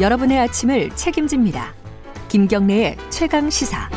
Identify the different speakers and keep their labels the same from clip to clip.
Speaker 1: 여러분의 아침을 책임집니다. 김경래의 최강 시사.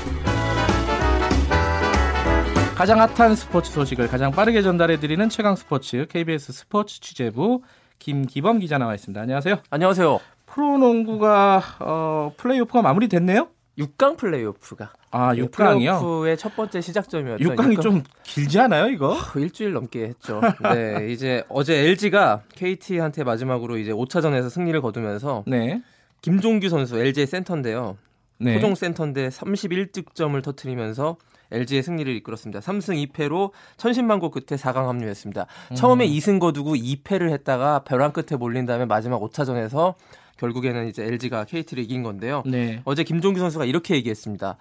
Speaker 2: 가장 핫한 스포츠 소식을 가장 빠르게 전달해 드리는 최강 스포츠 KBS 스포츠 취재부 김기범 기자 나와 있습니다. 안녕하세요.
Speaker 3: 안녕하세요.
Speaker 2: 프로농구가 어, 플레이오프가 마무리됐네요.
Speaker 3: 6강 플레이오프가
Speaker 2: 아, 6강이요.
Speaker 3: 네, 플레이오프의 첫 번째 시작점이었던
Speaker 2: 6강이
Speaker 3: 육강-
Speaker 2: 좀 길지 않아요, 이거?
Speaker 3: 아, 일주일 넘게 했죠. 네, 이제 어제 LG가 KT한테 마지막으로 이제 5차전에서 승리를 거두면서
Speaker 2: 네.
Speaker 3: 김종규 선수 LG 의 센터인데요.
Speaker 2: 네.
Speaker 3: 토종 센터인데 31득점을 터트리면서 LG의 승리를 이끌었습니다. 3승 2패로 천신만고 끝에 4강 합류했습니다. 처음에 2승 거두고 2패를 했다가 벼랑 끝에 몰린 다음에 마지막 5차전에서 결국에는 이제 LG가 KT를 이긴 건데요.
Speaker 2: 네.
Speaker 3: 어제 김종규 선수가 이렇게 얘기했습니다.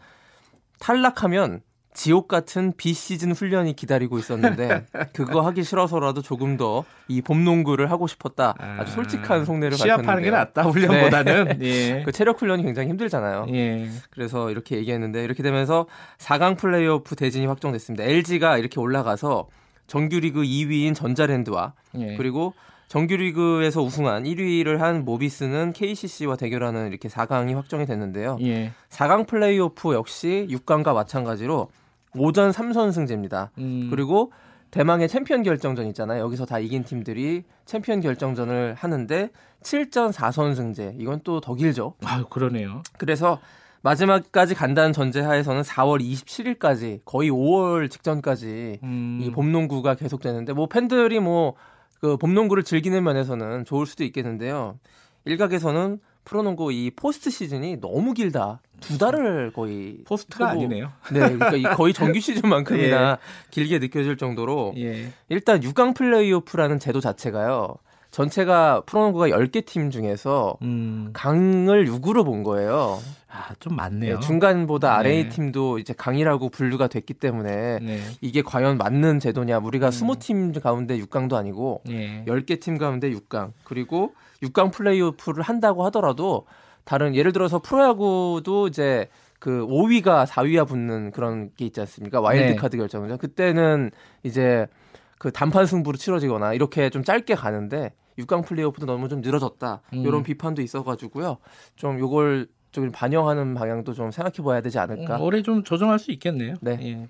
Speaker 3: 탈락하면 지옥 같은 비시즌 훈련이 기다리고 있었는데 그거 하기 싫어서라도 조금 더 이 봄농구를 하고 싶었다. 아주 솔직한 속내를
Speaker 2: 음, 시합하는 게
Speaker 3: 밝혔는데요. 네.
Speaker 2: 낫다 훈련보다는. 예.
Speaker 3: 그 체력 훈련이 굉장히 힘들잖아요.
Speaker 2: 예.
Speaker 3: 그래서 이렇게 얘기했는데 이렇게 되면서 4강 플레이오프 대진이 확정됐습니다. LG가 이렇게 올라가서 정규리그 2위인 전자랜드와
Speaker 2: 예.
Speaker 3: 그리고 정규리그에서 우승한 1위를 한 모비스는 KCC와 대결하는 이렇게 4강이 확정이 됐는데요.
Speaker 2: 예.
Speaker 3: 4강 플레이오프 역시 6강과 마찬가지로 오전 3선승제입니다.
Speaker 2: 음,
Speaker 3: 그리고 대망의 챔피언 결정전 있잖아요. 여기서 다 이긴 팀들이 챔피언 결정전을 하는데 7전 4선승제. 이건 또 더 길죠.
Speaker 2: 아, 그러네요.
Speaker 3: 그래서 마지막까지 간다는 전제하에서는 4월 27일까지 거의 5월 직전까지
Speaker 2: 음,
Speaker 3: 이 봄농구가 계속되는데 뭐 팬들이 뭐 그 봄농구를 즐기는 면에서는 좋을 수도 있겠는데요. 일각에서는 프로농구 이 포스트 시즌이 너무 길다. 두 달을 거의
Speaker 2: 포스트가
Speaker 3: 서고-
Speaker 2: 아니네요.
Speaker 3: 네, 그러니까 이 거의 정규 시즌만큼이나 길게 느껴질 정도로
Speaker 2: 예.
Speaker 3: 일단 6강 플레이오프라는 제도 자체가요. 전체가 프로농구가 10개 팀 중에서
Speaker 2: 음.
Speaker 3: 강을 6으로 본 거예요.
Speaker 2: 아, 좀
Speaker 3: 네,
Speaker 2: 많네요.
Speaker 3: 중간보다
Speaker 2: 네.
Speaker 3: 아래의 팀도 이제 강이라고 분류가 됐기 때문에
Speaker 2: 네.
Speaker 3: 이게 과연 맞는 제도냐. 우리가
Speaker 2: 음.
Speaker 3: 20팀 가운데 6강도 아니고
Speaker 2: 예.
Speaker 3: 10개 팀 가운데 6강. 그리고 6강 플레이오프를 한다고 하더라도 다른 예를 들어서 프로야구도 이제 그 5위가 4위와 붙는 그런 게 있지 않습니까?
Speaker 2: 네.
Speaker 3: 와일드카드 결정전. 그때는 이제 그 단판 승부로 치러지거나 이렇게 좀 짧게 가는데 6강 플레이오프도 너무 좀 늘어졌다.
Speaker 2: 음.
Speaker 3: 이런 비판도 있어 가지고요. 좀 요걸 좀 반영하는 방향도 좀 생각해 봐야 되지 않을까?
Speaker 2: 음, 올해 좀 조정할 수 있겠네요.
Speaker 3: 그러니까. 네.
Speaker 2: 예.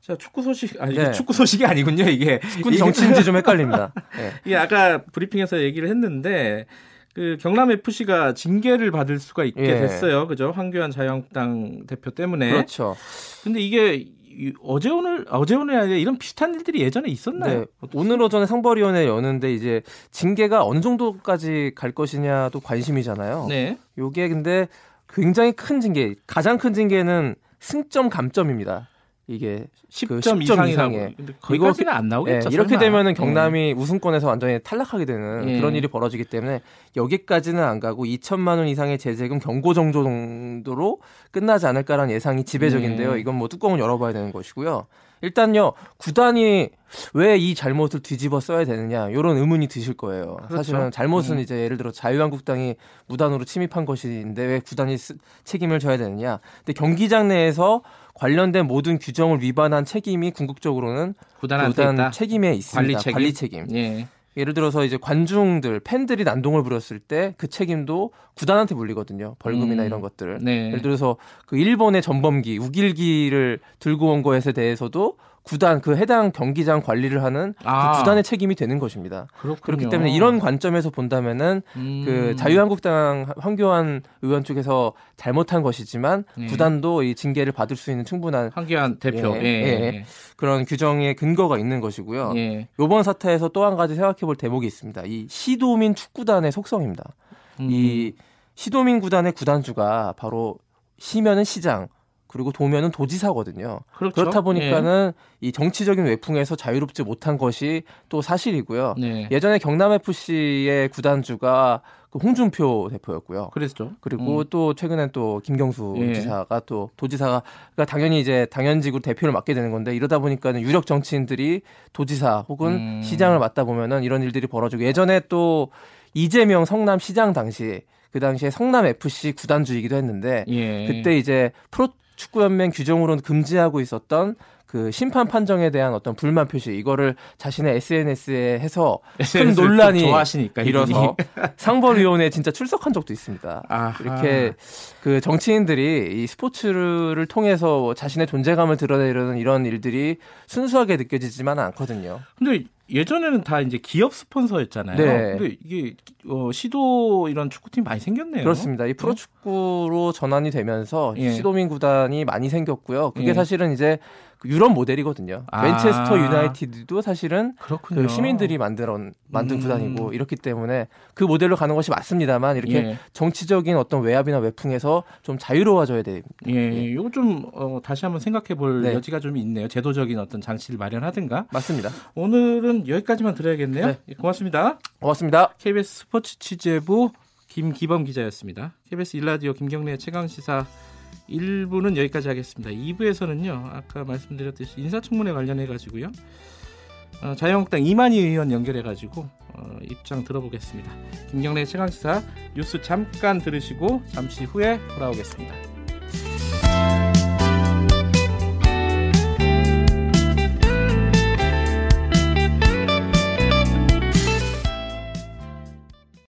Speaker 2: 자 축구 소식 아 이게
Speaker 3: 네.
Speaker 2: 축구 소식이 아니군요 이게
Speaker 3: 군
Speaker 2: 이게-
Speaker 3: 정치인지 좀 헷갈립니다. 예.
Speaker 2: 이게 아까 브리핑에서 얘기를 했는데 그 경남 FC가 징계를 받을 수가 있게
Speaker 3: 예.
Speaker 2: 됐어요. 그죠? 황교안 자유한국당 대표 때문에.
Speaker 3: 그렇죠.
Speaker 2: 근데 이게 이- 어제 오늘 어제 오늘 아니라 이런 비슷한 일들이 예전에 있었나요?
Speaker 3: 네. 오늘 오전에 상벌위원회 여는데 이제 징계가 어느 정도까지 갈 것이냐도 관심이잖아요.
Speaker 2: 네.
Speaker 3: 요게 근데 굉장히 큰 징계, 가장 큰 징계는 승점 감점입니다. 이게
Speaker 2: 10점,
Speaker 3: 점
Speaker 2: 이상이라고.
Speaker 3: 그 이상의.
Speaker 2: 근데 거기까지는 안
Speaker 3: 예,
Speaker 2: 나오겠죠.
Speaker 3: 이렇게
Speaker 2: 설마.
Speaker 3: 되면은
Speaker 2: 네.
Speaker 3: 경남이 우승권에서 완전히 탈락하게 되는
Speaker 2: 예.
Speaker 3: 그런 일이 벌어지기 때문에 여기까지는 안 가고 2천만 원 이상의 제재금 경고 정도 정도로 끝나지 않을까라는 예상이 지배적인데요.
Speaker 2: 네.
Speaker 3: 이건 뭐 뚜껑을 열어봐야 되는 것이고요. 일단요 구단이 왜 이 잘못을 뒤집어 써야 되느냐 이런 의문이 드실 거예요.
Speaker 2: 그렇죠.
Speaker 3: 사실은 잘못은 이제 예를 들어 자유한국당이 무단으로 침입한 것인데 왜 구단이 쓰- 책임을 져야 되느냐. 근데 경기장 내에서 관련된 모든 규정을 위반한 책임이 궁극적으로는
Speaker 2: 예. 구단한테 있다.
Speaker 3: 일단 책임에 있습니다.
Speaker 2: 관리 책임? 예.
Speaker 3: 예를 들어서 이제 관중들, 팬들이 난동을 부렸을 때 그 책임도 구단한테 물리거든요. 벌금이나
Speaker 2: 음.
Speaker 3: 이런 것들을.
Speaker 2: 네.
Speaker 3: 예를 들어서 그 일본의 전범기, 우길기를 들고 온 것에 대해서도 구단 그 해당 경기장 관리를 하는 그
Speaker 2: 아.
Speaker 3: 구단의 책임이 되는 것입니다.
Speaker 2: 그렇군요.
Speaker 3: 그렇기 때문에 이런 관점에서 본다면은
Speaker 2: 음.
Speaker 3: 그 자유한국당 황교안 의원 쪽에서 잘못한 것이지만
Speaker 2: 네.
Speaker 3: 구단도 이 징계를 받을 수 있는 충분한
Speaker 2: 황교안 대표.
Speaker 3: 예,
Speaker 2: 예. 예.
Speaker 3: 그런 규정의 근거가 있는 것이고요.
Speaker 2: 예.
Speaker 3: 요번 사태에서 또 한 가지 생각해 볼 대목이 있습니다. 이 시도민 축구단의 속성입니다.
Speaker 2: 음.
Speaker 3: 이 시도민 구단의 구단주가 바로 시면은 시장 그리고 도면은 도지사거든요.
Speaker 2: 그렇죠. 예.
Speaker 3: 그렇다 보니까는 이 정치적인 외풍에서 자유롭지 못한 것이 또 사실이고요.
Speaker 2: 예. 네.
Speaker 3: 예전에 경남 FC의 구단주가 그 홍준표 대표였고요.
Speaker 2: 그랬죠.
Speaker 3: 그리고
Speaker 2: 음.
Speaker 3: 또 최근엔 또 김경수
Speaker 2: 예.
Speaker 3: 지사가 또 도지사가 그러니까 당연히 이제 당연직으로 대표를 맡게 되는 건데 이러다 보니까는 유력 정치인들이 도지사 혹은
Speaker 2: 음.
Speaker 3: 시장을 맡다 보면은 이런 일들이 벌어지고 예전에 또 이재명 성남 시장 당시 그 당시에 성남 FC 구단주이기도 했는데
Speaker 2: 예.
Speaker 3: 그때 이제 프로 축구연맹 규정으로는 금지하고 있었던 그 심판 판정에 대한 어떤 불만 표시 이거를 자신의 SNS에 해서 큰
Speaker 2: SNS 를
Speaker 3: 논란이
Speaker 2: 좀 좋아하시니까
Speaker 3: 일어서
Speaker 2: 그러니까 이분이.
Speaker 3: 상벌위원회에 진짜 출석한 적도 있습니다.
Speaker 2: 아하.
Speaker 3: 이렇게 그 정치인들이 이 스포츠를 통해서 자신의 존재감을 드러내려는 이런 일들이 순수하게 느껴지지만은 않거든요.
Speaker 2: 근데 예전에는 다 이제 기업 스폰서였잖아요.
Speaker 3: 아. 네.
Speaker 2: 근데 이게 어, 시도 이런 축구팀 많이 생겼네요.
Speaker 3: 그렇습니다. 이 프로축구로 전환이 되면서
Speaker 2: 예.
Speaker 3: 시도민 구단이 많이 생겼고요. 그게
Speaker 2: 예.
Speaker 3: 사실은 이제 그 유럽 모델이거든요.
Speaker 2: 아.
Speaker 3: 맨체스터 유나이티드도 사실은
Speaker 2: 그렇군요.
Speaker 3: 그 시민들이 만들어 만든
Speaker 2: 음.
Speaker 3: 구단이고 이렇기 때문에 그 모델로 가는 것이 맞습니다만 이렇게
Speaker 2: 예.
Speaker 3: 정치적인 어떤 외압이나 외풍에서 좀 자유로워져야 돼.
Speaker 2: 예, 이거 좀 어, 다시 한번 생각해 볼
Speaker 3: 네.
Speaker 2: 여지가 좀 있네요. 제도적인 어떤 장치를 마련하든가.
Speaker 3: 맞습니다.
Speaker 2: 오늘은 여기까지만 들어야겠네요. 예, 고맙습니다.
Speaker 3: 고맙습니다.
Speaker 2: KBS 스포츠 취재부 김기범 기자였습니다. KBS 일라디오 김경래 최강 시사 1부는 여기까지 하겠습니다. 2부에서는요. 아까 말씀드렸듯이 인사청문회 관련해 가지고요. 어, 자유한국당 이만희 의원 연결해 가지고 어, 입장 들어보겠습니다. 김경래 최강 시사 뉴스 잠깐 들으시고 잠시 후에 돌아오겠습니다.